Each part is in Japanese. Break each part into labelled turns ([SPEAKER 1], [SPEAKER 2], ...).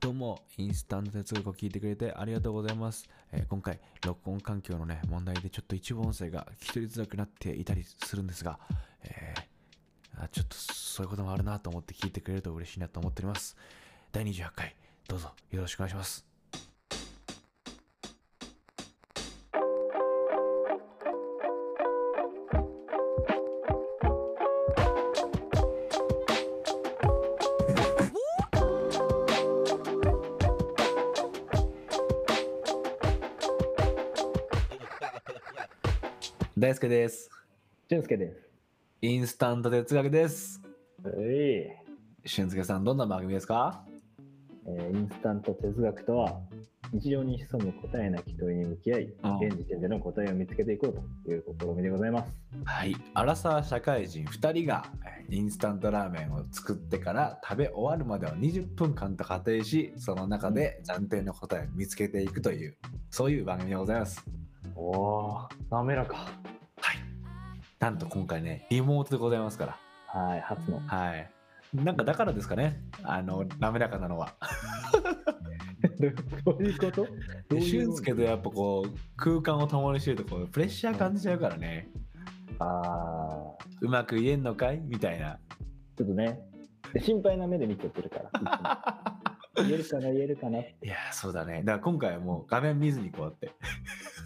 [SPEAKER 1] どうも、インスタント哲学を聞いてくれてありがとうございます。えー今回、録音環境のね、問題でちょっと一部音声が聞き取りづらくなっていたりするんですが、えーあちょっとそういうこともあるなと思って聞いてくれると嬉しいなと思っております。第28回、どうぞよろしくお願いします。大輔です。
[SPEAKER 2] 俊介です。
[SPEAKER 1] インスタント哲学です。
[SPEAKER 2] え
[SPEAKER 1] 俊介さん、どんな番組ですか
[SPEAKER 2] ーインスタント哲学とは日常に潜む答えなき問いに向き合い
[SPEAKER 1] ああ
[SPEAKER 2] 現時点での答えを見つけていこうという試みでございます。
[SPEAKER 1] はい、アラサー社会人2人がえーインスタントラーメンを作ってから食べ終わるまでを20分間と仮定しその中で暫定の答えを見つけていくというそういう番組でございます
[SPEAKER 2] おお滑らか。
[SPEAKER 1] なんと今回ねリモートでございますから
[SPEAKER 2] はい初 の。
[SPEAKER 1] はいなんかだからですかねあの滑らかなのは
[SPEAKER 2] どういうこと？
[SPEAKER 1] で俊介とやっぱこう空間を共にしてるとこうプレッシャー感じちゃうからね
[SPEAKER 2] ああ
[SPEAKER 1] うまく言えんのかいみたいな
[SPEAKER 2] ちょっとね心配な目で見ちゃってるから。 言えるかな言えるかな。
[SPEAKER 1] いやーそうだねだから今回はもう画面見ずにこうやって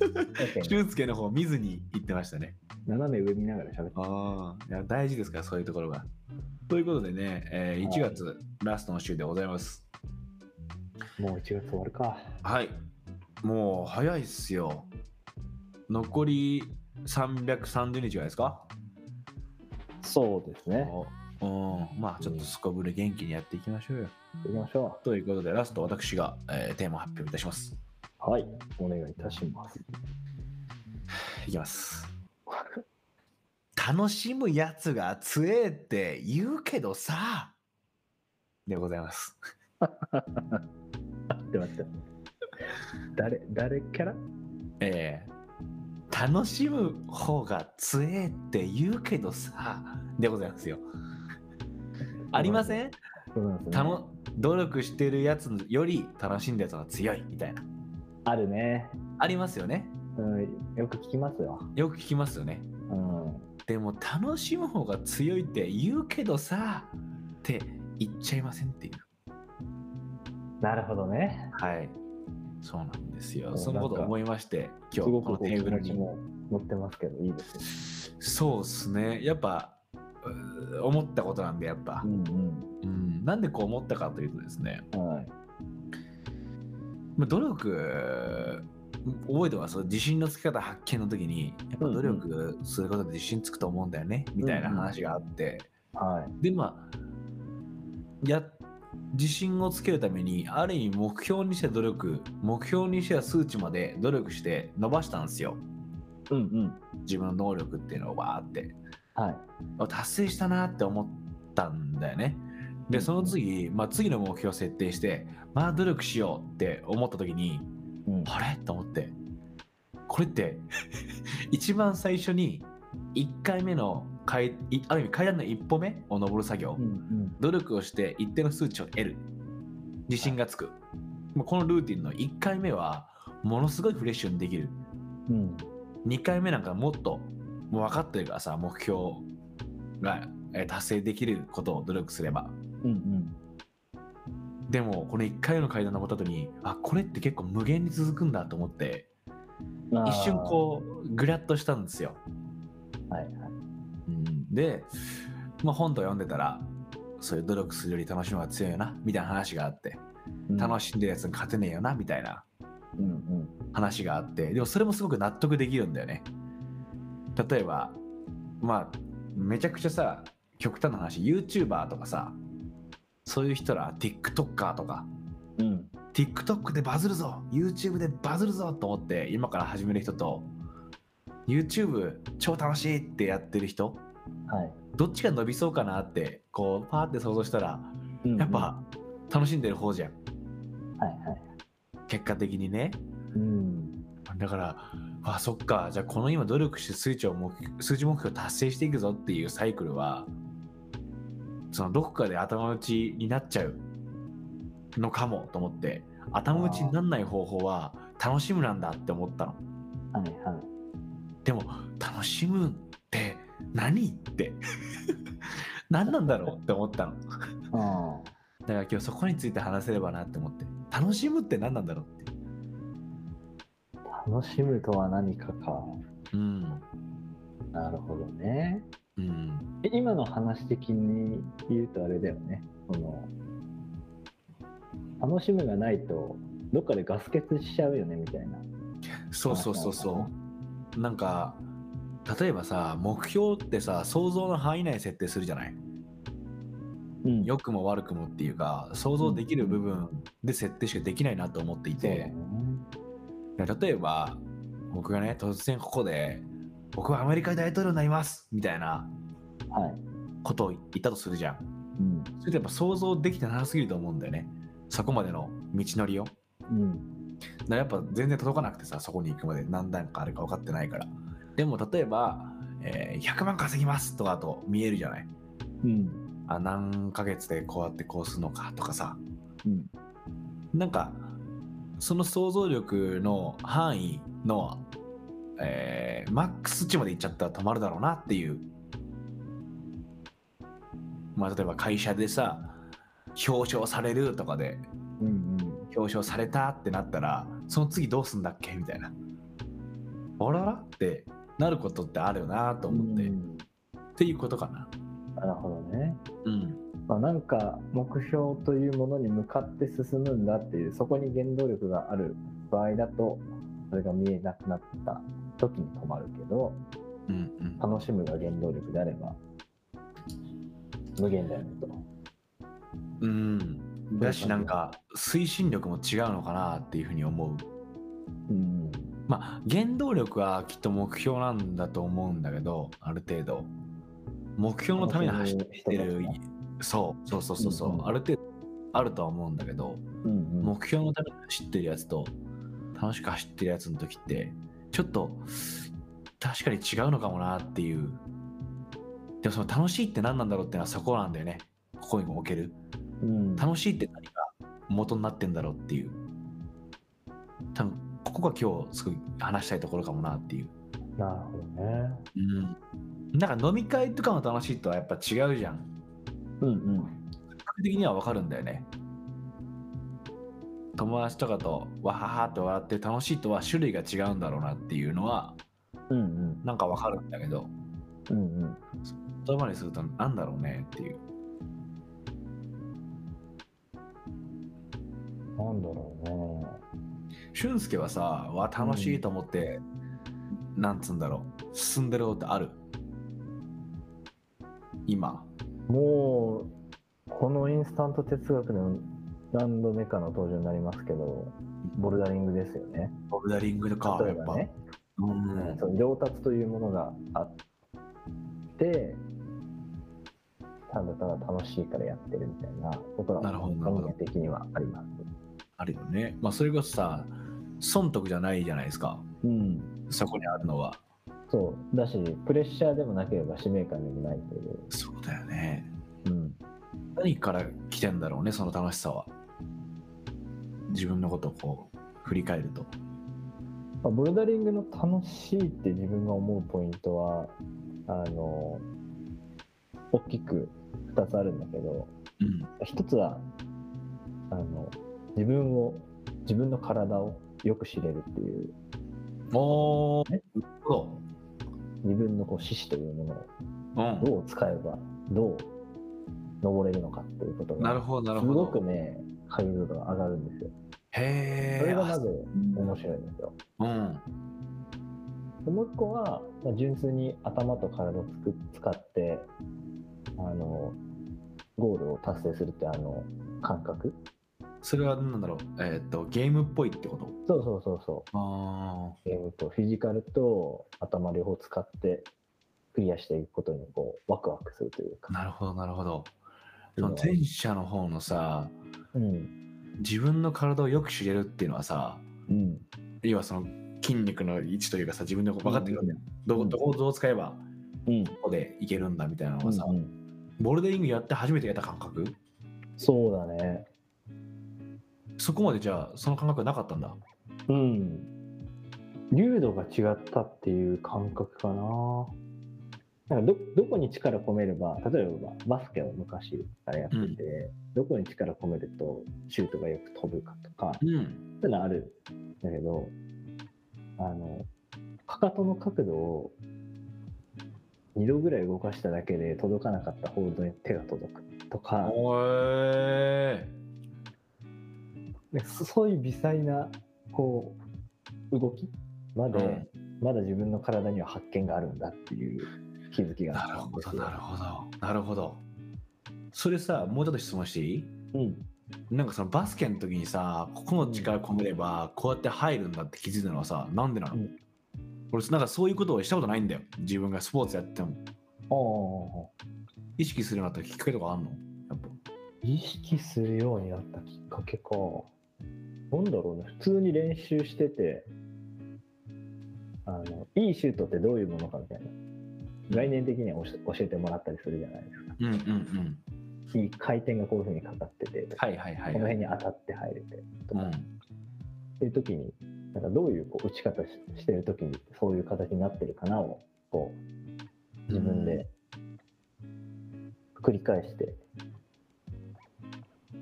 [SPEAKER 2] 確かに
[SPEAKER 1] 俊介の方見ずに行ってましたね
[SPEAKER 2] 斜め上見ながら喋って。
[SPEAKER 1] ああ、いや大事ですから、そういうところが。ということでね、えー
[SPEAKER 2] はい
[SPEAKER 1] 1月ラストの週でございます。
[SPEAKER 2] もう1月終わるか。
[SPEAKER 1] はい。もう早いっすよ。残り330日ぐらいですか、
[SPEAKER 2] そうですね。
[SPEAKER 1] おうん、まあちょっとすこぶる元気にやっていきましょうよ。
[SPEAKER 2] 行きましょ
[SPEAKER 1] ということで、ラスト私が、えーテーマを発表いたします。
[SPEAKER 2] う。はいお願いいたします。
[SPEAKER 1] いきます。楽しむやつが強えって言うけどさ、でございます。
[SPEAKER 2] 待って待って。誰誰キャラ？
[SPEAKER 1] ええ楽しむ方が強えって言うけどさでございますよ。ありません
[SPEAKER 2] そうなんですね
[SPEAKER 1] たの努力してるやつより楽しんだやつが強いみたいな。
[SPEAKER 2] あるね、
[SPEAKER 1] ありますよね。
[SPEAKER 2] うん。よく聞きますよ。
[SPEAKER 1] よく聞きますよね。
[SPEAKER 2] うん。
[SPEAKER 1] でも楽しむ方が強いって言うけどさって言っちゃいませんっていう。
[SPEAKER 2] なるほどね。
[SPEAKER 1] はい。そうなんですよ。
[SPEAKER 2] お
[SPEAKER 1] そのことを思いまして今
[SPEAKER 2] す
[SPEAKER 1] 日
[SPEAKER 2] ご
[SPEAKER 1] この
[SPEAKER 2] くこう
[SPEAKER 1] テーブル
[SPEAKER 2] 気持ち
[SPEAKER 1] に。
[SPEAKER 2] も乗ってますけど、いいですね。
[SPEAKER 1] そうっすね。やっぱうー思ったことなんでやっぱ。
[SPEAKER 2] ん
[SPEAKER 1] うん、なんでこう思ったかというとですね、
[SPEAKER 2] うん。はい。
[SPEAKER 1] まあ、努力覚えてます自信のつき方発見の時にやっぱ努力することで自信つくと思うんだよね、みたいな話があって、
[SPEAKER 2] はい。
[SPEAKER 1] でまあや自信をつけるためにある意味目標にして努力目標にしては数値まで努力して伸ばしたんですよ
[SPEAKER 2] うんうん。
[SPEAKER 1] 自分の能力っていうのをわーって
[SPEAKER 2] はい。
[SPEAKER 1] あ達成したなって思ったんだよね。でその次、まあ、次の目標を設定してまあ努力しようって思った時に
[SPEAKER 2] うん。
[SPEAKER 1] あれと思ってこれって 一番最初に1回目の階いある意味階段の一歩目を登る作業、
[SPEAKER 2] うん
[SPEAKER 1] 努力をして一定の数値を得る自信がつく、もうこのルーティンの1回目はものすごいフレッシュにできる
[SPEAKER 2] うん。うん。
[SPEAKER 1] 2回目なんかもっともう分かってるからさ目標がえー達成できることを努力すれば
[SPEAKER 2] うんうん。
[SPEAKER 1] でもこの1回の階段登った後にあこれって結構無限に続くんだと思って一瞬こうグラッとしたんですよ、
[SPEAKER 2] う。はいはい。
[SPEAKER 1] うんで、まあ、本とか読んでたらそういう努力するより楽しむ方が強いよなみたいな話があって楽
[SPEAKER 2] しい。
[SPEAKER 1] しんでるやつに勝てねえよなみたいな
[SPEAKER 2] うんうん。
[SPEAKER 1] 話があってでもそれもすごく納得できるんだよね例えばまあめちゃくちゃさ極端な話 YouTuber とかさそういう人ら TikToker とか
[SPEAKER 2] うん。
[SPEAKER 1] TikTok でバズるぞ YouTube でバズるぞと思って今から始める人と YouTube 超楽しいってやってる人
[SPEAKER 2] はい。
[SPEAKER 1] どっちが伸びそうかなってこうパーって想像したら
[SPEAKER 2] うんうん
[SPEAKER 1] やっ。ぱ楽しんでる方じゃん
[SPEAKER 2] はいはい。
[SPEAKER 1] 結果的にね
[SPEAKER 2] うん。
[SPEAKER 1] だからあそっかじゃあこの今努力して数値を目数字目標達成していくぞっていうサイクルはそのどこかで頭打ちになっちゃうのかもと思って頭打ちになんない方法は楽しむなんだって思ったの
[SPEAKER 2] はいはい。
[SPEAKER 1] でも楽しむって何って 何なんだろうって思ったの
[SPEAKER 2] あ
[SPEAKER 1] だから今日そこについて話せればなって思って楽しむって何なんだろうって
[SPEAKER 2] あ、楽しむとは何かか。
[SPEAKER 1] うん
[SPEAKER 2] なるほどね。
[SPEAKER 1] うん
[SPEAKER 2] え今の話的に言うとあれだよね。その楽しむがないと、どっかでガス欠しちゃうよねみたいな。
[SPEAKER 1] そうそうそうそうなんか例えばさ目標ってさ想像の範囲内設定するじゃない
[SPEAKER 2] うん
[SPEAKER 1] 良くも悪くもっていうか想像できる部分で設定しかできないなと思ってい
[SPEAKER 2] そうだ
[SPEAKER 1] て
[SPEAKER 2] ね、
[SPEAKER 1] 例えば僕がね突然ここで「僕はアメリカ大統領になります」みたいな
[SPEAKER 2] はい。
[SPEAKER 1] ことを言ったとするじゃん
[SPEAKER 2] うん。
[SPEAKER 1] それってやっぱ想像できてなさすぎると思うんだよねそこまでの道のりをだか
[SPEAKER 2] うん。
[SPEAKER 1] らやっぱ全然届かなくてさそこに行くまで何段かあるか分かってないからでも例えば、えー100万稼ぎますとかだと見えるじゃない
[SPEAKER 2] うん。
[SPEAKER 1] あ何ヶ月でこうやってこうするのかとかさ
[SPEAKER 2] うん。
[SPEAKER 1] なんかその想像力の範囲の、えーマックス値まで行っちゃったら止まるだろうなっていうまあ例えば会社でさ表彰されるとかで
[SPEAKER 2] うん。
[SPEAKER 1] 表彰されたってなったらその次どうすんだっけみたいなあららってなることってあるよなと
[SPEAKER 2] と
[SPEAKER 1] 思って、
[SPEAKER 2] う
[SPEAKER 1] っ
[SPEAKER 2] ん
[SPEAKER 1] ていうことかな
[SPEAKER 2] なるほどね。
[SPEAKER 1] うん
[SPEAKER 2] まあ、なんか目標というものに向かって進むんだっていうそこに原動力がある場合だとそれが見えなくなった時に止まるけど
[SPEAKER 1] うんうん
[SPEAKER 2] 楽しむが原動力であれば無限だよねと。
[SPEAKER 1] うんだしなんか推進力も違うのかなっていうふうに思う
[SPEAKER 2] うん
[SPEAKER 1] まあ原動力はきっと目標なんだと思うんだけどある程度目標のために走ってる
[SPEAKER 2] 楽し
[SPEAKER 1] そうそうそうそうそう、
[SPEAKER 2] うんうん
[SPEAKER 1] ある程度あるとは思うんだけど、
[SPEAKER 2] うんうん
[SPEAKER 1] 目標のために走ってるやつと楽しく走ってるやつの時ってちょっと確かに違うのかもなっていうでもその楽しいって何なんだろうっていうのはそこなんだよねここにも置ける
[SPEAKER 2] うん
[SPEAKER 1] 楽しいって何が元になってんだろうっていう多分ここが今日すごい話したいところかもなっていう、
[SPEAKER 2] なるほどね。
[SPEAKER 1] なんか飲み会とかの楽しいとはやっぱ違うじゃん
[SPEAKER 2] うんうん
[SPEAKER 1] 感覚的には分かるんだよね友達とかとわははって笑って楽しいとは種類が違うんだろうなっていうのは
[SPEAKER 2] うんうん
[SPEAKER 1] なんか分かるんだけど
[SPEAKER 2] うんうん
[SPEAKER 1] 言葉にすると何だろうねっていう
[SPEAKER 2] なんだろうね。
[SPEAKER 1] 俊介はさわ楽しいと思って、なんつうんだろう進んでることってある今
[SPEAKER 2] もうこのインスタント哲学の何度目かの登場になりますけどボルダリングですよね。
[SPEAKER 1] ボルダリングとか
[SPEAKER 2] 例
[SPEAKER 1] や
[SPEAKER 2] え
[SPEAKER 1] っ
[SPEAKER 2] ば
[SPEAKER 1] ぱ、
[SPEAKER 2] ね、
[SPEAKER 1] うん
[SPEAKER 2] その上達というものがあってただただ楽しいからやってるみたいなことが
[SPEAKER 1] なるほどなるほど
[SPEAKER 2] 人間的にはあります。
[SPEAKER 1] あるよねまあそれこそさ損得じゃないじゃないですか
[SPEAKER 2] うん、
[SPEAKER 1] そこにあるのは
[SPEAKER 2] そうだしプレッシャーでもなければ使命感でもないという、
[SPEAKER 1] そうだよね
[SPEAKER 2] うん、
[SPEAKER 1] 何から来てんだろうねその楽しさは自分のことをこう振り返ると
[SPEAKER 2] まあ、ボルダリングの楽しいって自分が思うポイントはあの大きく2つあるんだけど
[SPEAKER 1] うん
[SPEAKER 2] 1つはあの自分を自分の体をよく知れるっていう
[SPEAKER 1] おお
[SPEAKER 2] ね
[SPEAKER 1] そ
[SPEAKER 2] 自分のこう四肢というものを
[SPEAKER 1] ううん
[SPEAKER 2] どう使えばどう登れるのかっていうこと
[SPEAKER 1] なる
[SPEAKER 2] が
[SPEAKER 1] ほどなる
[SPEAKER 2] す
[SPEAKER 1] ほ
[SPEAKER 2] ごく
[SPEAKER 1] ど
[SPEAKER 2] ね解像度が上がるんですよ。
[SPEAKER 1] へ
[SPEAKER 2] それ
[SPEAKER 1] え
[SPEAKER 2] がまず面白いんですよ。
[SPEAKER 1] うん
[SPEAKER 2] でもう一個は、まあ、純粋に頭と体をつく使ってあのゴールを達成するってあの感覚
[SPEAKER 1] それは何だろうえーっとゲームっぽいってこと
[SPEAKER 2] そうそうそうそ
[SPEAKER 1] あ
[SPEAKER 2] うゲームとフィジカルと頭両方使ってクリアしていくことにこうワクワクするという
[SPEAKER 1] あ
[SPEAKER 2] か。
[SPEAKER 1] なるほどなるほど
[SPEAKER 2] う
[SPEAKER 1] そ
[SPEAKER 2] ん
[SPEAKER 1] の前者の方のさ
[SPEAKER 2] うん
[SPEAKER 1] 自分の体をよく知れるっていうのはさ
[SPEAKER 2] うん
[SPEAKER 1] 要はその筋肉の位置というかさ自分でこう分かってくるんだよ、どこどこをどう使えば
[SPEAKER 2] うん
[SPEAKER 1] ここでいけるんだみたいなの
[SPEAKER 2] う
[SPEAKER 1] はさ、
[SPEAKER 2] んうん
[SPEAKER 1] ボルダリングやって初めてやった感覚
[SPEAKER 2] そうだね。
[SPEAKER 1] そこまでじゃあその感覚はなかったんだ
[SPEAKER 2] うん。流度が違ったっていう感覚かな。なんかどどこに力込めれば、例えばバスケを昔からやってて、どこに力込めるとシュートがよく飛ぶかとか、
[SPEAKER 1] うん
[SPEAKER 2] ってのはあるんだけど、あの、かかとの角度を2度ぐらい動かしただけで届かなかったホールドに手が届くとか、
[SPEAKER 1] へえ
[SPEAKER 2] ねそそういう微細な、こう、動きまで、
[SPEAKER 1] うん
[SPEAKER 2] まだ自分の体には発見があるんだっていう気づきが
[SPEAKER 1] な
[SPEAKER 2] あ
[SPEAKER 1] る
[SPEAKER 2] ったん
[SPEAKER 1] ほ
[SPEAKER 2] です
[SPEAKER 1] ど
[SPEAKER 2] よ
[SPEAKER 1] なるほどなるほどそれさもうちょっと質問していい
[SPEAKER 2] うん。
[SPEAKER 1] なんかそのバスケの時にさここの力込めればこうやって入るんだって気づいたのはさなんでなの、
[SPEAKER 2] うん
[SPEAKER 1] 俺なんかそういうことをしたことないんだよ自分がスポーツやっても
[SPEAKER 2] ああ
[SPEAKER 1] 意識するようになったきっかけとかあんのやっぱ
[SPEAKER 2] 意識するようになったきっかけか。なんだろうね、普通に練習してて、あの、いいシュートってどういうものかみたいな。概念的には教え教えてもらったりするじゃないです
[SPEAKER 1] うんうんうん
[SPEAKER 2] か。いい回転がこういうふうにかかってて、とか
[SPEAKER 1] はいはいはい
[SPEAKER 2] この
[SPEAKER 1] はい
[SPEAKER 2] 辺に当たって入れてと
[SPEAKER 1] う
[SPEAKER 2] か、
[SPEAKER 1] ん
[SPEAKER 2] っていう時に、なんかどういうこう打ち方ししてる時にそういう形になってるかなを、こう、自分で繰り返して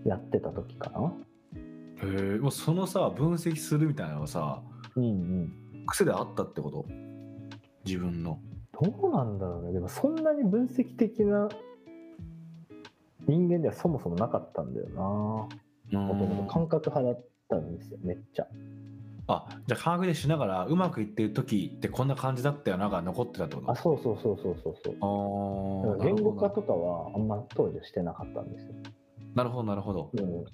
[SPEAKER 2] やってた時かな。
[SPEAKER 1] へえもうそのさ分析するみたいなのはさ
[SPEAKER 2] うんうん。
[SPEAKER 1] 癖であったってこと自分の
[SPEAKER 2] どうなんだろうねでもそんなに分析的な人間ではそもそもなかったんだよなもともと感覚派だったんですよめっちゃ
[SPEAKER 1] あじゃあ科学でしながらうまくいってる時ってこんな感じだったよなが残ってたってこと
[SPEAKER 2] あそうそうそうそうそうそう
[SPEAKER 1] あ
[SPEAKER 2] だから
[SPEAKER 1] ー
[SPEAKER 2] 言語化とかはあんま当時はしてなかったんですよ、
[SPEAKER 1] なるほどなるほど、
[SPEAKER 2] うん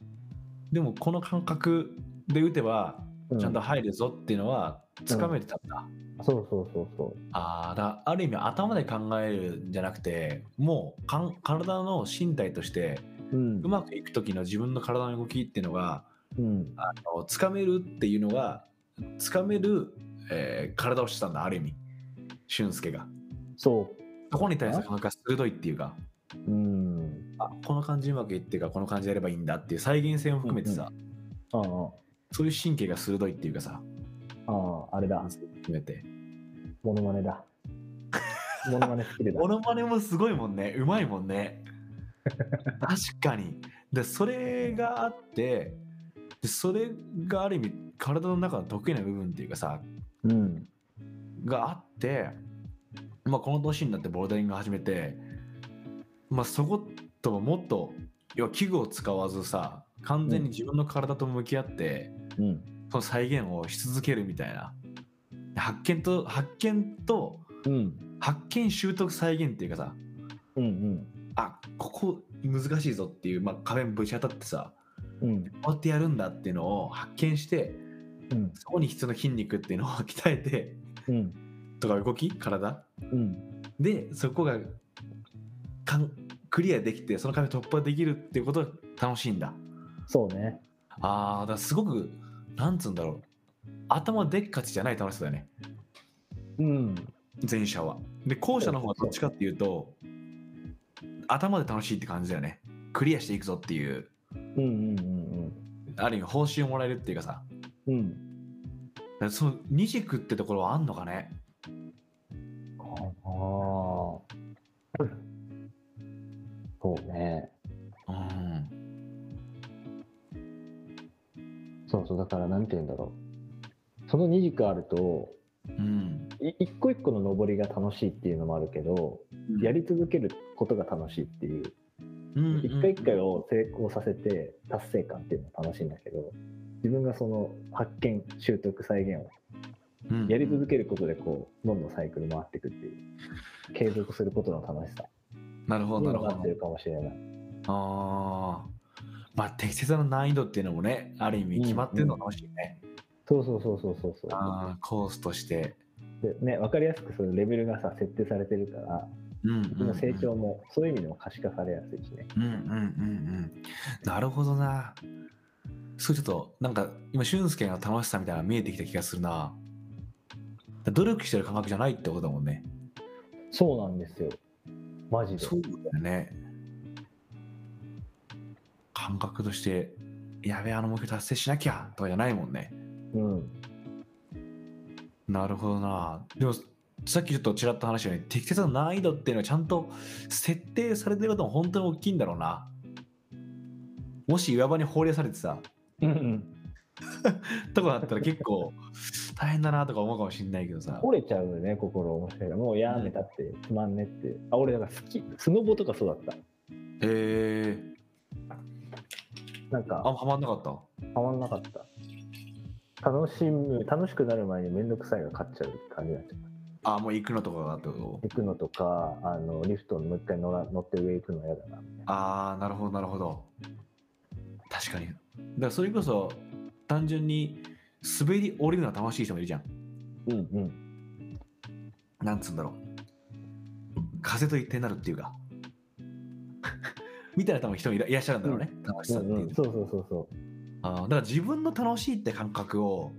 [SPEAKER 1] でもこの感覚で打てば
[SPEAKER 2] う
[SPEAKER 1] ちゃんと入るぞっていうのはつかめてたんだ、
[SPEAKER 2] そうそうそうそう
[SPEAKER 1] あーだある意味頭で考えるんじゃなくてもうかん体の身体として
[SPEAKER 2] うん
[SPEAKER 1] うまくいく時の自分の体の動きっていうのが
[SPEAKER 2] うん
[SPEAKER 1] あのつかめるっていうのがつかめる、えー体をしてたんだある意味俊介が
[SPEAKER 2] そ
[SPEAKER 1] そこに対して感覚が鋭いっていうか
[SPEAKER 2] ううん
[SPEAKER 1] あこの感じうまくいってるからこの感じでやればいいんだっていう再現性も含めてさ、
[SPEAKER 2] ああ
[SPEAKER 1] そういう神経が鋭いっていうかさ
[SPEAKER 2] あああれだ
[SPEAKER 1] 含めて
[SPEAKER 2] モノマ ネだモノマネスキルだ
[SPEAKER 1] モノマネもすごいもんねうまいもんね確かにでそれがあってでそれがある意味体の中の得意な部分っていうかさ
[SPEAKER 2] うん
[SPEAKER 1] があって、まあ、この年になってボルダリング始めて、まあ、そこともっと要は器具を使わずさ完全に自分の体と向き合って、
[SPEAKER 2] うん
[SPEAKER 1] その再現をし続けるみたいな発見と発見と
[SPEAKER 2] うん
[SPEAKER 1] 発見習得再現っていうかさ
[SPEAKER 2] うんうん
[SPEAKER 1] あここ難しいぞっていう、まあ、壁にぶち当たってさ
[SPEAKER 2] うん
[SPEAKER 1] こうやってやるんだっていうのを発見して
[SPEAKER 2] うん
[SPEAKER 1] そこに必要な筋肉っていうのを鍛えて
[SPEAKER 2] うん
[SPEAKER 1] とか動き体
[SPEAKER 2] うん
[SPEAKER 1] でそこがかんクリアできてその壁突破できるっていうことが楽しいんだ
[SPEAKER 2] そうね
[SPEAKER 1] あーだからすごくなんつうんだろう頭でっかちじゃない楽しさだよね
[SPEAKER 2] うん
[SPEAKER 1] 前者はで後者の方がどっちかっていうと頭で楽しいって感じだよねクリアしていくぞっていう
[SPEAKER 2] うんうんうん
[SPEAKER 1] ある意味報酬をもらえるっていうかさ
[SPEAKER 2] うんうん
[SPEAKER 1] だからその二軸ってところはあんのかね
[SPEAKER 2] ああそうね
[SPEAKER 1] うん
[SPEAKER 2] そうそうだからなんて言うんだろうその2軸あると
[SPEAKER 1] うん
[SPEAKER 2] い一個一個の上りが楽しいっていうのもあるけどやり続けることが楽しいっていう
[SPEAKER 1] うん
[SPEAKER 2] 一回一回を成功させて達成感っていうのが楽しいんだけど自分がその発見習得再現を
[SPEAKER 1] うん
[SPEAKER 2] やり続けることでこうどんどんサイクル回っていくっていう継続することの楽しさ
[SPEAKER 1] なるほ
[SPEAKER 2] に
[SPEAKER 1] どな
[SPEAKER 2] も
[SPEAKER 1] るほ
[SPEAKER 2] なって
[SPEAKER 1] ど
[SPEAKER 2] るかもしれない。
[SPEAKER 1] あーまあ適切な難易度っていうのもねある意味決まってるのかもしれない、
[SPEAKER 2] そうそうそうそうそうそう
[SPEAKER 1] あーコースとして
[SPEAKER 2] でね分かりやすくそのレベルがさ設定されてるから
[SPEAKER 1] うんうん
[SPEAKER 2] 自分の成長もそういう意味でも可視化されやすいしね
[SPEAKER 1] うんうんうんうんなるほどなそうちょっとなんか今俊介の楽しさみたいなのが見えてきた気がするな努力してる感覚じゃないってことだもんね
[SPEAKER 2] そうなんですよマジで
[SPEAKER 1] そうだよね感覚としてやべえ、あの目標達成しなきゃとかじゃないもんね。
[SPEAKER 2] うん。
[SPEAKER 1] なるほどな。でもさっきちょっとちらっと話したように適切な難易度っていうのはちゃんと設定されてることも本当に大きいんだろうな。もし岩場に放流されてさ、
[SPEAKER 2] うん。
[SPEAKER 1] とかだったら結構 大変だなとか思うかもしれないけどさ。
[SPEAKER 2] 折れちゃうよね、心面白い。もうやめたって、つまんねって。あ、俺、だから好き、スノボとかそうだった。
[SPEAKER 1] えー、
[SPEAKER 2] なんか、
[SPEAKER 1] あんまハマんなかった。
[SPEAKER 2] たまんなかった。楽しむ、楽しくなる前にめんどくさいが勝っちゃう感じになっちゃった。
[SPEAKER 1] あ、もう行くのとかがってこと
[SPEAKER 2] 行くのとか、あの、リフトにもう一回乗ら乗って上行くの嫌だな。
[SPEAKER 1] ああ、なるほど、なるほど。確かに。だからそれこそ単純に滑り降りるのは楽しい人もいるじゃん。
[SPEAKER 2] うんうん。
[SPEAKER 1] なんつうんだろう風と一定になるっていうか みたいな多分人もいらいらっしゃるんだろうね、楽し
[SPEAKER 2] う
[SPEAKER 1] さっていうの、
[SPEAKER 2] んうん、そうそうそうそ
[SPEAKER 1] あーだから自分の楽しいって感覚を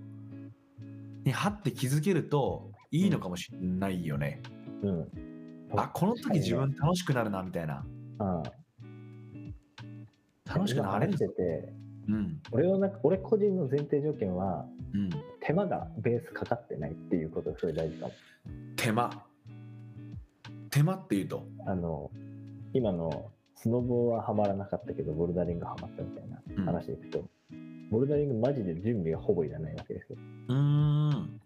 [SPEAKER 1] にはって気づけるといいのかもしれないよね、
[SPEAKER 2] う。うん。
[SPEAKER 1] あこの
[SPEAKER 2] 確
[SPEAKER 1] 時
[SPEAKER 2] かにね
[SPEAKER 1] 自分楽しくなるなみたいな
[SPEAKER 2] うん。
[SPEAKER 1] 楽しくなれる
[SPEAKER 2] 今話してて、
[SPEAKER 1] うん
[SPEAKER 2] 俺の中、俺個人の前提条件は、
[SPEAKER 1] うん
[SPEAKER 2] 手間がベースかかってないっていうことがすごい大事かも。
[SPEAKER 1] 手間手間っていうと
[SPEAKER 2] あの、今のスノボはハマらなかったけど、ボルダリングハマったみたいな話でいくと、ボルダリングマジで準備がほぼいらないわけですよ。
[SPEAKER 1] うーん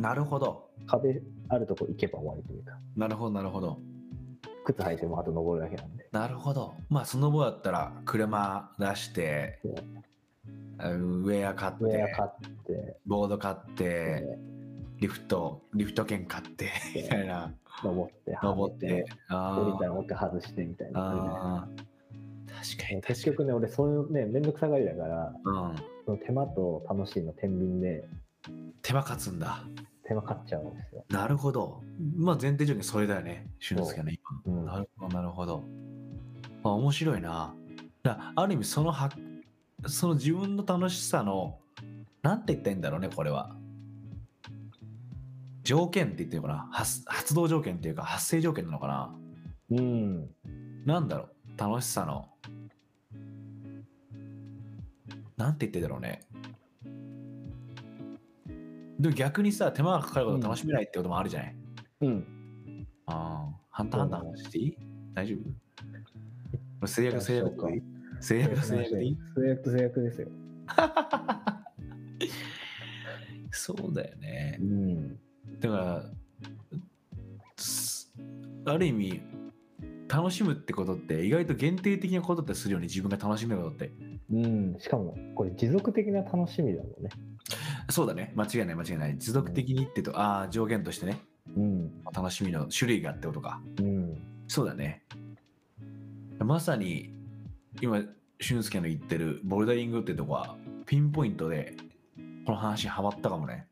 [SPEAKER 1] なるほど
[SPEAKER 2] 壁あるとこ行けば終わりというか、
[SPEAKER 1] なるほどなるほど
[SPEAKER 2] 靴履いてもあと登るだけなんで。
[SPEAKER 1] なるほど。まあ、スノボだったら、車出して
[SPEAKER 2] そう、
[SPEAKER 1] あウェア買っ
[SPEAKER 2] ウェア
[SPEAKER 1] て、
[SPEAKER 2] 買って、
[SPEAKER 1] ボード買って、リフト、リフト券買って、 みたいな、
[SPEAKER 2] 登って、
[SPEAKER 1] 登って、
[SPEAKER 2] 降り
[SPEAKER 1] あ
[SPEAKER 2] たら持って外してみたい
[SPEAKER 1] あ、
[SPEAKER 2] な。
[SPEAKER 1] ああ、確かに、
[SPEAKER 2] 結
[SPEAKER 1] 確か
[SPEAKER 2] 局ね、俺、そういうね、めんどくさがりだから、
[SPEAKER 1] に。
[SPEAKER 2] その手間と楽しいの天秤で、
[SPEAKER 1] うん、手間勝つんだ。
[SPEAKER 2] 手間買っちゃうんですよ。
[SPEAKER 1] なるほど。まあ、前提条件それだよね、俊介の今。
[SPEAKER 2] うん、
[SPEAKER 1] なるほど、なるほど。あ、面白いな。だある意味、そのは、その自分の楽しさの、なんて言ったらいいんだろうね、これは。条件って言ってるのかな発発動条件っていうか、発生条件なのかな
[SPEAKER 2] うん、
[SPEAKER 1] なんだろう楽しさの。なんて言ってんだろうね。でも逆にさ、手間がかかることを楽しめないってこともあるじゃない、
[SPEAKER 2] うん、
[SPEAKER 1] ああ、ハンターハンターの話していい大丈夫俺制約制約でいい制
[SPEAKER 2] 制約
[SPEAKER 1] 約制約でいい
[SPEAKER 2] と制約ですよ。
[SPEAKER 1] そうだよね
[SPEAKER 2] う。ん。
[SPEAKER 1] だから、すある意味、楽しむってことって意外と限定的なことってするよね、自分が楽しめることって。
[SPEAKER 2] うん、しかも、これ持続的な楽しみだもんね。
[SPEAKER 1] そうだね、間違いない間違いない。持続的にってと、ああ、上限としてね、
[SPEAKER 2] うん、
[SPEAKER 1] 楽しみの種類がってことか。
[SPEAKER 2] うん、
[SPEAKER 1] そうだね。まさに今、俊介の言ってるボルダリングってとこは、ピンポイントでこの話にハマったかもね。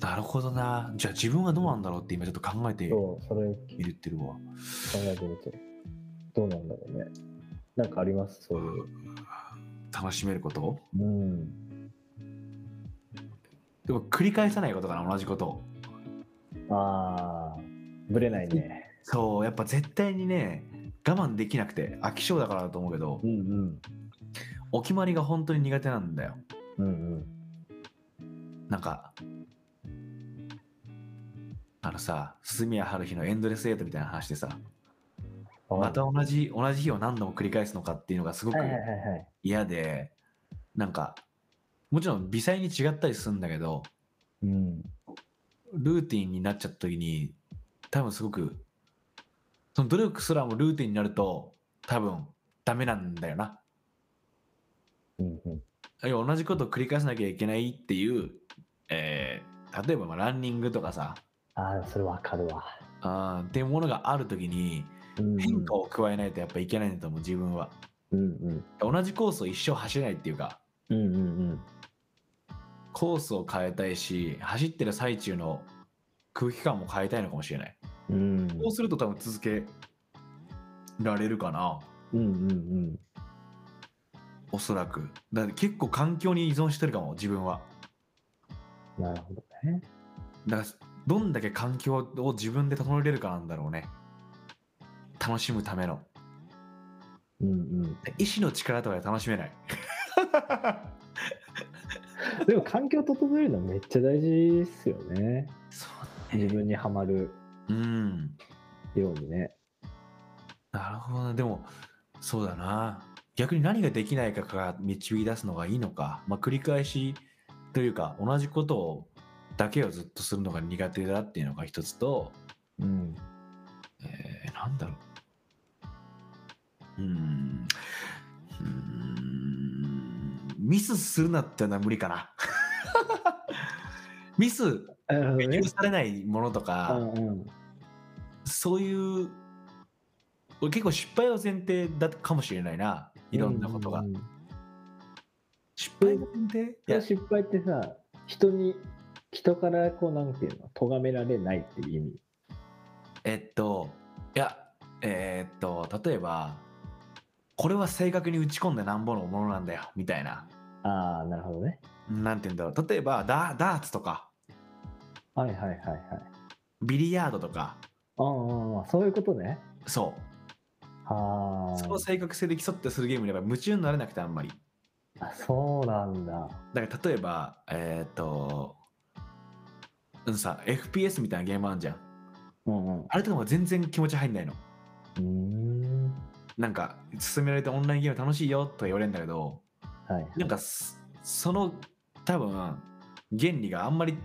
[SPEAKER 1] なるほどな。じゃあ自分はどうなんだろうって今ちょっと考えて
[SPEAKER 2] そう、それ考
[SPEAKER 1] いるってるわ。
[SPEAKER 2] えてみて。どうなんだろうね。なんかあります、そういう。
[SPEAKER 1] 楽しめること
[SPEAKER 2] うん。
[SPEAKER 1] でも繰り返さないことかな、同じことを。
[SPEAKER 2] ああ、ぶれないね。
[SPEAKER 1] そう、やっぱ絶対にね、我慢できなくて、飽き性だからだと思うけど
[SPEAKER 2] う、ん、うん、
[SPEAKER 1] お決まりが本当に苦手なんだよ。
[SPEAKER 2] うん、うん。
[SPEAKER 1] なんか、あのさ、鈴宮春日のエンドレスエイトみたいな話でさ、
[SPEAKER 2] あ
[SPEAKER 1] また同じ、同じ日を何度も繰り返すのかっていうのがすごく
[SPEAKER 2] はいはいはいはい。
[SPEAKER 1] 嫌で、なんか、もちろん微細に違ったりするんだけど、
[SPEAKER 2] うん。
[SPEAKER 1] ルーティンになっちゃった時に、多分すごく、その努力すらもルーティンになると、多分ダメなんだよな。
[SPEAKER 2] うん、うん。
[SPEAKER 1] 要は同じことを繰り返さなきゃいけないっていう、えー例えばまあランニングとかさ、
[SPEAKER 2] ああ、それわかるわ。
[SPEAKER 1] あーっていうものがある時に、
[SPEAKER 2] うん
[SPEAKER 1] 変化を加えないとやっぱいけないんだと思う自分は
[SPEAKER 2] うん、うん。
[SPEAKER 1] 同じコースを一生走れないっていうか
[SPEAKER 2] うん、うん、
[SPEAKER 1] コースを変えたいし走ってる最中の空気感も変えたいのかもしれない
[SPEAKER 2] うん。うん、
[SPEAKER 1] そうすると多分続けられるかな
[SPEAKER 2] うん、うん、
[SPEAKER 1] おそらくだから結構環境に依存してるかも自分は
[SPEAKER 2] うん。なるほどね。
[SPEAKER 1] だからどんだけ環境を自分で整えれるかなんだろうね楽しむための
[SPEAKER 2] うんうん
[SPEAKER 1] 意志の力とかで楽しめない。
[SPEAKER 2] でも環境整えるのめっちゃ大事っすよね
[SPEAKER 1] そ
[SPEAKER 2] 自分にはまる
[SPEAKER 1] う。うん。
[SPEAKER 2] ようにね
[SPEAKER 1] なるほどな。でも、そうだな。逆に何ができないかから導き出すのがいいのか。まあ、繰り返しというか、同じことを、だけをずっとするのが苦手だっていうのが一つと、
[SPEAKER 2] うん
[SPEAKER 1] えー、なんだろう。うーん。うーん。ミスするなってのは無理か な。ミス
[SPEAKER 2] なるほどね
[SPEAKER 1] 許されないものとか、
[SPEAKER 2] うんうん
[SPEAKER 1] そういう俺結構失敗を前提だったかもしれないないろんなことが、
[SPEAKER 2] うんうん
[SPEAKER 1] 失敗が前提いや
[SPEAKER 2] 失敗ってさ人に人からこうなんていうの咎められないっていう意味
[SPEAKER 1] えっといやえーっと例えばこれは正確に打ち込んでなんぼのものなんだよみたいな
[SPEAKER 2] ああなるほどね
[SPEAKER 1] なんて言うんだろう例えばダダーツとか
[SPEAKER 2] はいはいはいはい
[SPEAKER 1] ビリヤードとか
[SPEAKER 2] ああああそういうことね
[SPEAKER 1] そう
[SPEAKER 2] あ
[SPEAKER 1] その正確性で競ってするゲームには夢中になれなくてあんまり
[SPEAKER 2] ああそうなんだ
[SPEAKER 1] だから例えばえーっとうんさ FPS みたいなゲームあるじゃん
[SPEAKER 2] うんうんう
[SPEAKER 1] あれとかも全然気持ち入んないの。
[SPEAKER 2] ーん
[SPEAKER 1] なんか、勧められてオンラインゲーム楽しいよとか言われるんだけど、
[SPEAKER 2] はい
[SPEAKER 1] なんかそ、その、多分、原理があんまり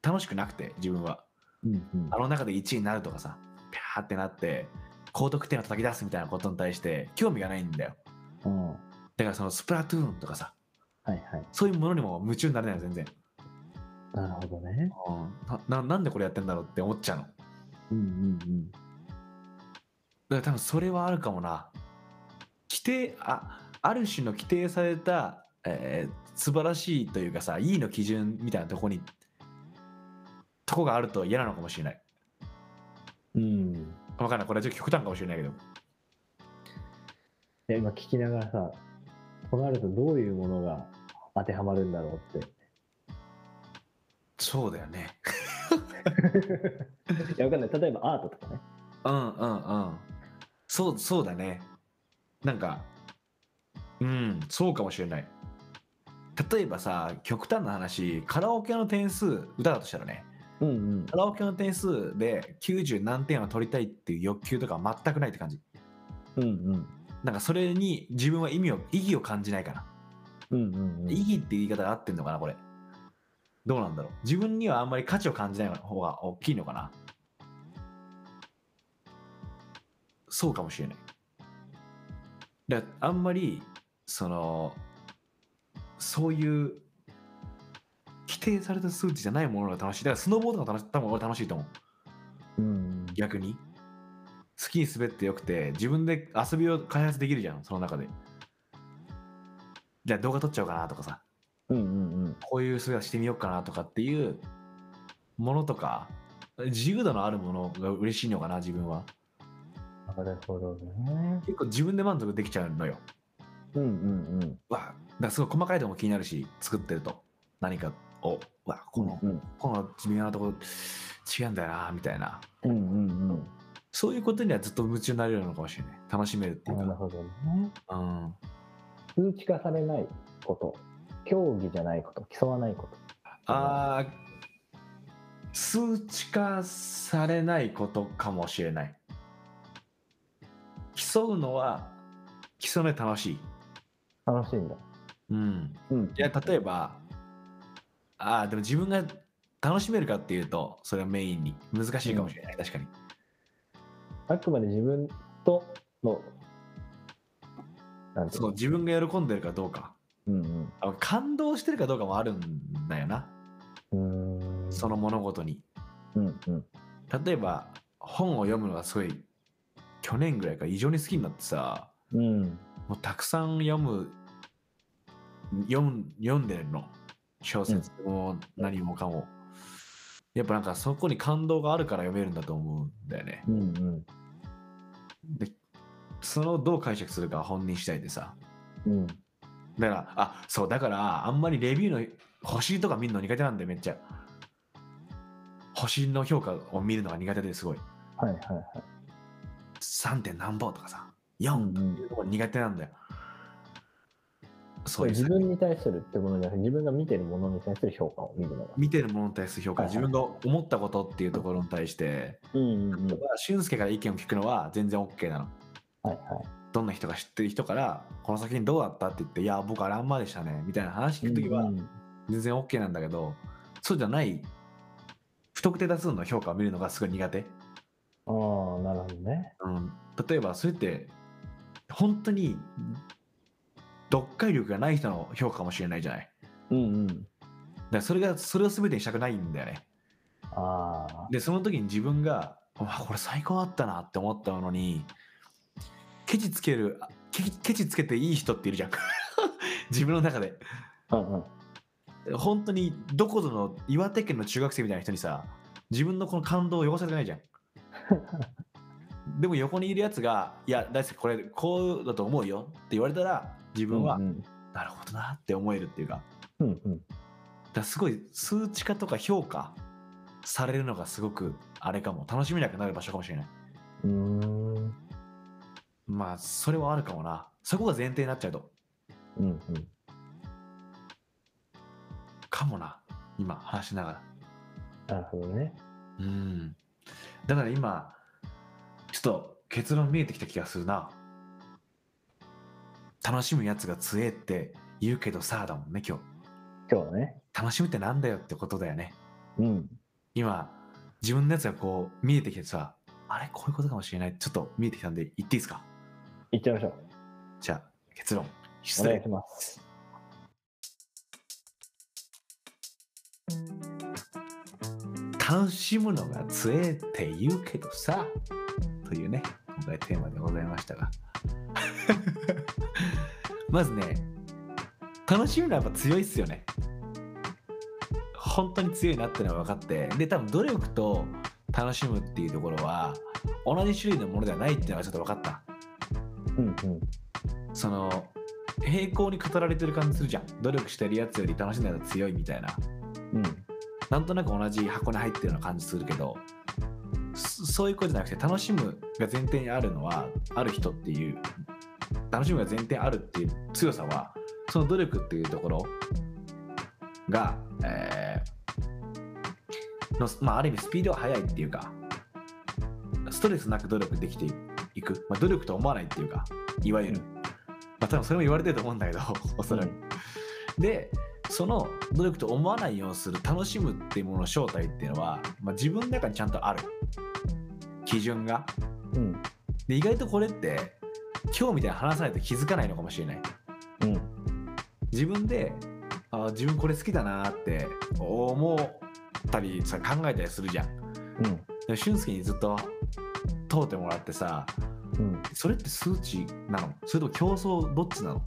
[SPEAKER 1] 楽しくなくて、自分は。
[SPEAKER 2] うんうん
[SPEAKER 1] あの中で1位になるとかさ、ピャーってなって、高得点を叩き出すみたいなことに対して興味がないんだよ。
[SPEAKER 2] うんは
[SPEAKER 1] だからそのスプラトゥーンとかさ、
[SPEAKER 2] いはい
[SPEAKER 1] そういうものにも夢中になれないの、全然。
[SPEAKER 2] なるほどね
[SPEAKER 1] なななんでこれやってんだろうって思っちゃうの。だか
[SPEAKER 2] うんうん
[SPEAKER 1] ら多分それはあるかもな。規定、あ、ある種の規定された、えー素晴らしいというかさ、いいの基準みたいなとこに、とこがあると嫌なのかもしれない。
[SPEAKER 2] うんうん
[SPEAKER 1] わかんない。これはちょっと極端かもしれないけど。
[SPEAKER 2] いや今聞きながらさとなるとどういうものが当てはまるんだろ うって
[SPEAKER 1] そうだよね。
[SPEAKER 2] いやわかんない例えばアートとかね
[SPEAKER 1] うんうんうん。そう、そうだね。なんか、うん、そうかもしれない。例えばさ、極端な話、カラオケの点数、歌だとしたらね、
[SPEAKER 2] うんうん
[SPEAKER 1] カラオケの点数で90何点は取りたいっていう欲求とかは全くないって感じ。
[SPEAKER 2] うんうん
[SPEAKER 1] なんかそれに自分は意味を、意義を感じないかな。
[SPEAKER 2] うんうんうん
[SPEAKER 1] 意義っていう言い方が合ってんのかな、これ。どうなんだろう。自分にはあんまり価値を感じない方が大きいのかな。そうかもしれない。だからあんまり、その、そういう、規定された数値じゃないものが楽しい。だからスノーボードが楽しい、多分俺楽しいと思う。
[SPEAKER 2] うん
[SPEAKER 1] 逆に好きに滑ってよくて自分で遊びを開発できるじゃんその中でじゃあ動画撮っちゃおうかなとかさ
[SPEAKER 2] うんうんうん
[SPEAKER 1] こういう滑りしてみようかなとかっていうものとか自由度のあるものが嬉しいのかな自分は
[SPEAKER 2] なるほどね
[SPEAKER 1] 結構自分で満足できちゃうのよ
[SPEAKER 2] うんうんうん
[SPEAKER 1] わだからすごい細かいとこも気になるし作ってると何かをわこの
[SPEAKER 2] うん
[SPEAKER 1] この微妙なとこ違うんだよなみたいな
[SPEAKER 2] うんうんうん
[SPEAKER 1] そういうことにはずっと夢中になれるのかもしれない楽しめるっていう
[SPEAKER 2] なる
[SPEAKER 1] か
[SPEAKER 2] ほどね
[SPEAKER 1] うん
[SPEAKER 2] 数値化されないこと競技じゃないこと競わないこと
[SPEAKER 1] あー数値化されないことかもしれない競うのは競うので楽しい、
[SPEAKER 2] 楽しいんだ
[SPEAKER 1] うん、
[SPEAKER 2] うん
[SPEAKER 1] いや例えばああでも自分が楽しめるかっていうとそれはメインに難しいかもしれない、確かに
[SPEAKER 2] あくまで自分とのなんてい
[SPEAKER 1] そうう
[SPEAKER 2] の
[SPEAKER 1] 自分が喜んでるかどうか
[SPEAKER 2] うん
[SPEAKER 1] あ感動してるかどうかもあるんだよな
[SPEAKER 2] うんうーん
[SPEAKER 1] その物事に
[SPEAKER 2] うんうん
[SPEAKER 1] 例えば本を読むのがすごい去年ぐらいから異常に好きになってさ
[SPEAKER 2] うん
[SPEAKER 1] もうたくさん読む読ん読んでるの小説も何もかも、やっぱなんかそこに感動があるから読めるんだと思うんだよね
[SPEAKER 2] うんうん
[SPEAKER 1] でそのどう解釈するかは本人次第でさ
[SPEAKER 2] うん
[SPEAKER 1] だからあそうだからあんまりレビューの星とか見るの苦手なんでめっちゃ星の評価を見るのが苦手ですごい
[SPEAKER 2] はいはいはい
[SPEAKER 1] 3. 点何ぼとかさ4
[SPEAKER 2] うんうん
[SPEAKER 1] っていうのが苦手なんだよ。
[SPEAKER 2] こ
[SPEAKER 1] そう
[SPEAKER 2] れ
[SPEAKER 1] いう
[SPEAKER 2] 自
[SPEAKER 1] さ
[SPEAKER 2] 分に対するってものじゃなくて自分が見てるものに対する評価を見るのが。
[SPEAKER 1] 見てるものに対する評価、
[SPEAKER 2] はい
[SPEAKER 1] 自
[SPEAKER 2] はい
[SPEAKER 1] 分が思ったことっていうところに対して、
[SPEAKER 2] うんうんうん。
[SPEAKER 1] 例えば俊介から意見を聞くのは全然 OK なの。
[SPEAKER 2] はいはい。
[SPEAKER 1] どんな人が知ってる人から、この作品どうだったって言って、いや、僕あれあんまでしたね、みたいな話聞くときは
[SPEAKER 2] うんうん
[SPEAKER 1] 全然 OK なんだけど、そうじゃない、不特定多数の評価を見るのがすごい苦手。
[SPEAKER 2] ああ、なるほどね。
[SPEAKER 1] うん、例えばそれって本当に読解力がない人の評価かもしれないじゃない
[SPEAKER 2] うんうん。
[SPEAKER 1] だからそれがそれを全てにしたくないんだよね
[SPEAKER 2] ああ。
[SPEAKER 1] でその時に自分が「うわこれ最高だったな」って思ったのにケチつけるあケチケチつけていい人っているじゃん 自分の中で
[SPEAKER 2] うんうん。
[SPEAKER 1] 本当にどこぞの岩手県の中学生みたいな人にさ自分のこの感動を汚されてない じゃんでも横にいるやつが「いや大輔これこうだと思うよ」って言われたら自分は、
[SPEAKER 2] うん
[SPEAKER 1] なるほどなって思えるっていうか
[SPEAKER 2] うん。うんうん。
[SPEAKER 1] だからすごい数値化とか評価されるのがすごくあれかも楽しめなくなる場所かもしれないう
[SPEAKER 2] ーん。
[SPEAKER 1] まあそれはあるかもなそこが前提になっちゃうと
[SPEAKER 2] うんうん。
[SPEAKER 1] かもな今話しながら
[SPEAKER 2] なるほどね。
[SPEAKER 1] うんだから今ちょっと結論見えてきた気がするな楽しむやつが強えって言うけどさだもんね今日
[SPEAKER 2] 今日はね。
[SPEAKER 1] 楽しむってなんだよってことだよね
[SPEAKER 2] うん。
[SPEAKER 1] 今自分のやつがこう見えてきてさあれこういうことかもしれないちょっと見えてきたんで言っていいですか
[SPEAKER 2] 行っちゃいましょう。
[SPEAKER 1] じゃあ結論
[SPEAKER 2] お
[SPEAKER 1] 失
[SPEAKER 2] 願い
[SPEAKER 1] 礼
[SPEAKER 2] します。
[SPEAKER 1] 楽しむのが強えって言うけどさというね今回テーマでございましたが まずね楽しむのはやっぱ強いっすよね本当に強いなってのは分かってで多分努力と楽しむっていうところは同じ種類のものではないっていうのがちょっと分かった
[SPEAKER 2] うんうん。
[SPEAKER 1] その平行に語られてる感じするじゃん努力してるやつより楽しんだら強いみたいな
[SPEAKER 2] うん。
[SPEAKER 1] なんとなく同じ箱に入ってるような感じするけどそそういうことじゃなくて楽しむが前提にあるのはある人っていう楽しむが前提にあるっていう強さはその努力っていうところが、えーのまあ、ある意味スピードが速いっていうかストレスなく努力できていく、まあ、努力と思わないっていうかいわゆる、まあ、多分それも言われてると思うんだけどおそらく。でその努力と思わないようにする楽しむっていうものの正体っていうのは、まあ、自分の中にちゃんとある基準が
[SPEAKER 2] うん
[SPEAKER 1] で意外とこれって今日みたいに話さないと気づかないのかもしれない
[SPEAKER 2] うん。
[SPEAKER 1] 自分であ自分これ好きだなって思ったりさ考えたりするじゃん
[SPEAKER 2] うん。
[SPEAKER 1] でも俊介にずっと通ってもらってさ
[SPEAKER 2] うん。
[SPEAKER 1] それって数値なのそれとも競争どっちなの、ね、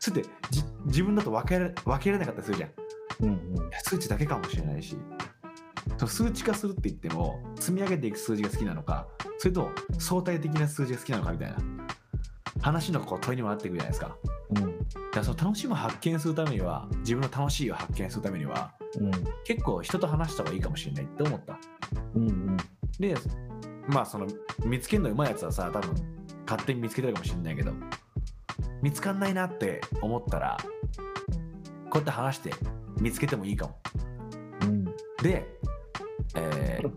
[SPEAKER 1] それってじ自分だと分けられ分けられなかったりするじゃん
[SPEAKER 2] うんうん。
[SPEAKER 1] 数値だけかもしれないしその数値化するって言っても積み上げていく数字が好きなのかそれとも相対的な数字が好きなのかみたいな話のこう問いにもなっていくじゃないですか
[SPEAKER 2] うん。
[SPEAKER 1] だからその楽しむを発見するためには自分の楽しいを発見するためには
[SPEAKER 2] うん。
[SPEAKER 1] 結構人と話した方がいいかもしれないって思った
[SPEAKER 2] うんうん。
[SPEAKER 1] でまあその見つけるのうまいやつはさ多分勝手に見つけてるかもしれないけど見つかんないなって思ったらこうやって話して見つけてもいいかも
[SPEAKER 2] うん。
[SPEAKER 1] で、えー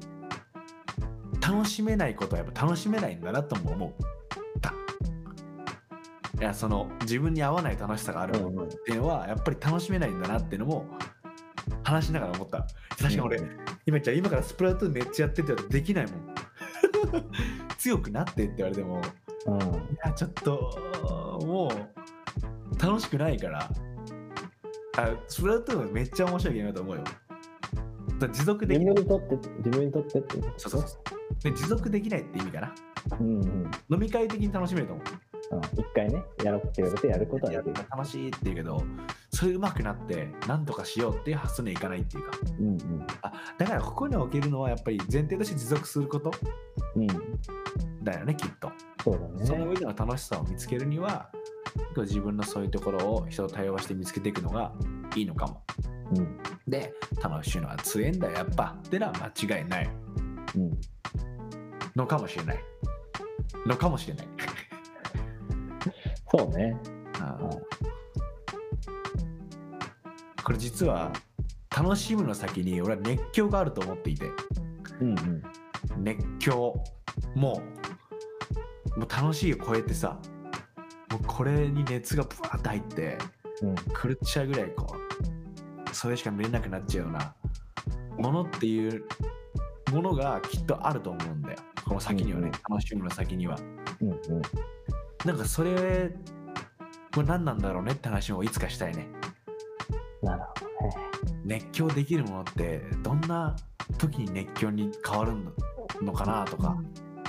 [SPEAKER 1] 楽しめないことはやっぱ楽しめないんだなとも思ったいやその自分に合わない楽しさがあるものっていうのはやっぱり楽しめないんだなっていうのも話しながら思った確かに俺、今じゃあ今からスプラトゥーンめっちゃやっててできないもん 強くなってって言われても
[SPEAKER 2] うん。
[SPEAKER 1] いやちょっともう楽しくないからあスプラトゥーンはめっちゃ面白いゲームだと思うよだから持続で
[SPEAKER 2] 自
[SPEAKER 1] き
[SPEAKER 2] 分
[SPEAKER 1] ない
[SPEAKER 2] にとってって、自分にとってってこと。
[SPEAKER 1] そうそうそうで持続できないって意味かな
[SPEAKER 2] うんうん。
[SPEAKER 1] 飲み会的に楽しめると思う
[SPEAKER 2] うん一回ね、やろうって言われてやることはできる。
[SPEAKER 1] 楽しいって言うけどそれうまくなってなんとかしようっていう発想にはいかないっていうか
[SPEAKER 2] うんうん。
[SPEAKER 1] だからここにおけるのはやっぱり前提として持続すること
[SPEAKER 2] うん。
[SPEAKER 1] だよねきっと
[SPEAKER 2] そうだ
[SPEAKER 1] その
[SPEAKER 2] ね。
[SPEAKER 1] 上での楽しさを見つけるには自分のそういうところを人と対話して見つけていくのがいいのかも
[SPEAKER 2] うん。
[SPEAKER 1] で楽しいのは強えんだよやっぱってのは間違いない
[SPEAKER 2] うん。
[SPEAKER 1] のかもしれないのかもしれない
[SPEAKER 2] そうね。
[SPEAKER 1] あーこれ実は楽しむの先に俺は熱狂があると思っていて
[SPEAKER 2] うんうん。
[SPEAKER 1] 熱狂もうもう楽しいを超えてさもうこれに熱がブワーッと入って
[SPEAKER 2] うん、
[SPEAKER 1] 狂っちゃうぐらいこうそれしか見れなくなっちゃうようなものっていうものがきっとあると思うんだよこの先にはね、
[SPEAKER 2] うん
[SPEAKER 1] 楽しみの先には
[SPEAKER 2] うん、うん。
[SPEAKER 1] なんかそれこれ何なんだろうねって話をいつかしたいね
[SPEAKER 2] なるほどね。
[SPEAKER 1] 熱狂できるものってどんな時に熱狂に変わるのかなとか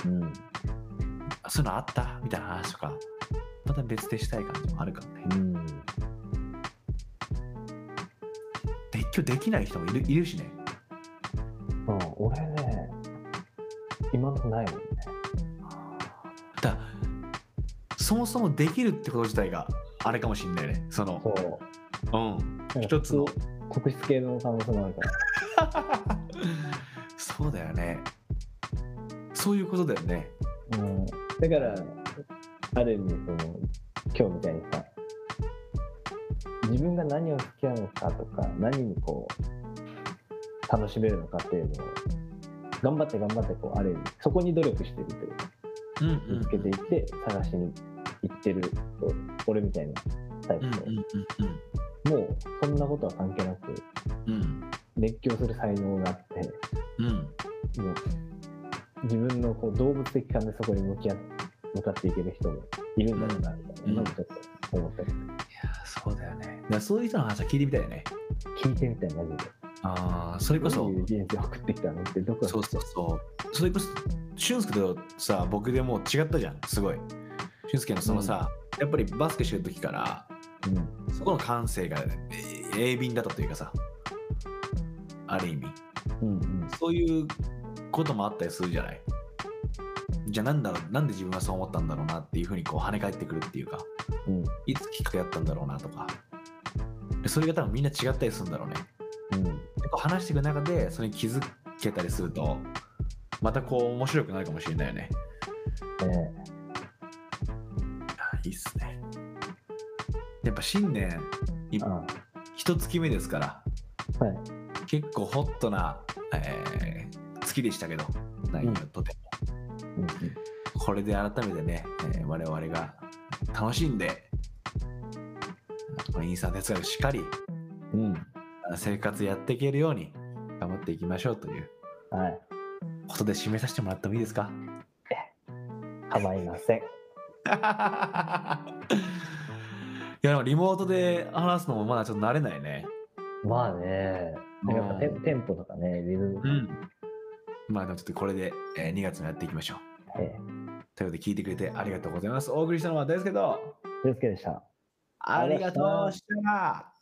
[SPEAKER 2] うん。
[SPEAKER 1] そういうのあったみたいな話とかまた別でしたい感じもあるからね
[SPEAKER 2] うん。
[SPEAKER 1] 熱狂できない人もいるいるしね
[SPEAKER 2] うん、俺ね、今のとこないもんね。
[SPEAKER 1] だそもそもできるってこと自体があれかもしんないねその
[SPEAKER 2] そう。
[SPEAKER 1] うん
[SPEAKER 2] なんか
[SPEAKER 1] 一つの
[SPEAKER 2] 特質系の可能性もあるから。
[SPEAKER 1] そうだよねそういうことだよね
[SPEAKER 2] うん、だからある意味その今日みたいにさ自分が何を好きなのかとか何にこう楽しめるのかっていうのを頑張って頑張ってこうある意味そこに努力してるというか
[SPEAKER 1] うん
[SPEAKER 2] 見つけていって探しに行ってるこう俺みたいなタイプと、もうそんなことは関係なく
[SPEAKER 1] うんうん
[SPEAKER 2] 熱狂する才能があっ
[SPEAKER 1] うん
[SPEAKER 2] てもう自分のこう動物的感でそこに向き合っ向かっていける人もいるんだろうなみたいな、
[SPEAKER 1] うん
[SPEAKER 2] なんかちょっと思ったり
[SPEAKER 1] そうだよねだからそういう人の話は聞いてみたいよね
[SPEAKER 2] 聞いてみたいマジで
[SPEAKER 1] ああそれこ
[SPEAKER 2] ど
[SPEAKER 1] そう
[SPEAKER 2] いう人生送ってきたのってどこだ
[SPEAKER 1] そうそうそうそれこそ俊介とさ僕でもう違ったじゃんすごい俊介のそのさ、やっぱりバスケしてる時から
[SPEAKER 2] うん
[SPEAKER 1] そこの感性がえ鋭敏だったというかさある意味
[SPEAKER 2] うんうん
[SPEAKER 1] そういうこともあったりするじゃないじゃあなんだろうなんで自分はそう思ったんだろうなっていうふうにこう跳ね返ってくるっていうか
[SPEAKER 2] うん
[SPEAKER 1] いつきっかけだったんだろうなとかでそれが多分みんな違ったりするんだろうね
[SPEAKER 2] うん
[SPEAKER 1] でこう話していく中でそれに気づけたりするとまたこう面白くなるかもしれないよね
[SPEAKER 2] ね
[SPEAKER 1] あいいっすねやっぱ新年
[SPEAKER 2] えあ
[SPEAKER 1] 一月目ですから
[SPEAKER 2] はい
[SPEAKER 1] 結構ホットな、えー月でしたけど内容とても、
[SPEAKER 2] うん
[SPEAKER 1] これで改めてね、えー我々が楽しんでこのインスタント哲学しっかり
[SPEAKER 2] うん、
[SPEAKER 1] 生活やっていけるように頑張っていきましょうという
[SPEAKER 2] うん、はい
[SPEAKER 1] ことで締めさせてもらってもいいですか
[SPEAKER 2] 構いません
[SPEAKER 1] いやでもリモートで話すのもまだちょっと慣れないね
[SPEAKER 2] まあねなんかやっぱテ,、
[SPEAKER 1] うん
[SPEAKER 2] テンポとかねリズム、
[SPEAKER 1] んまあでもちょっとこれで、え2月もやっていきましょう
[SPEAKER 2] え
[SPEAKER 1] ということで聞いてくれてありがとうございますお送りしたのは大輔と
[SPEAKER 2] え、ゆうすけでした
[SPEAKER 1] ありがとうございました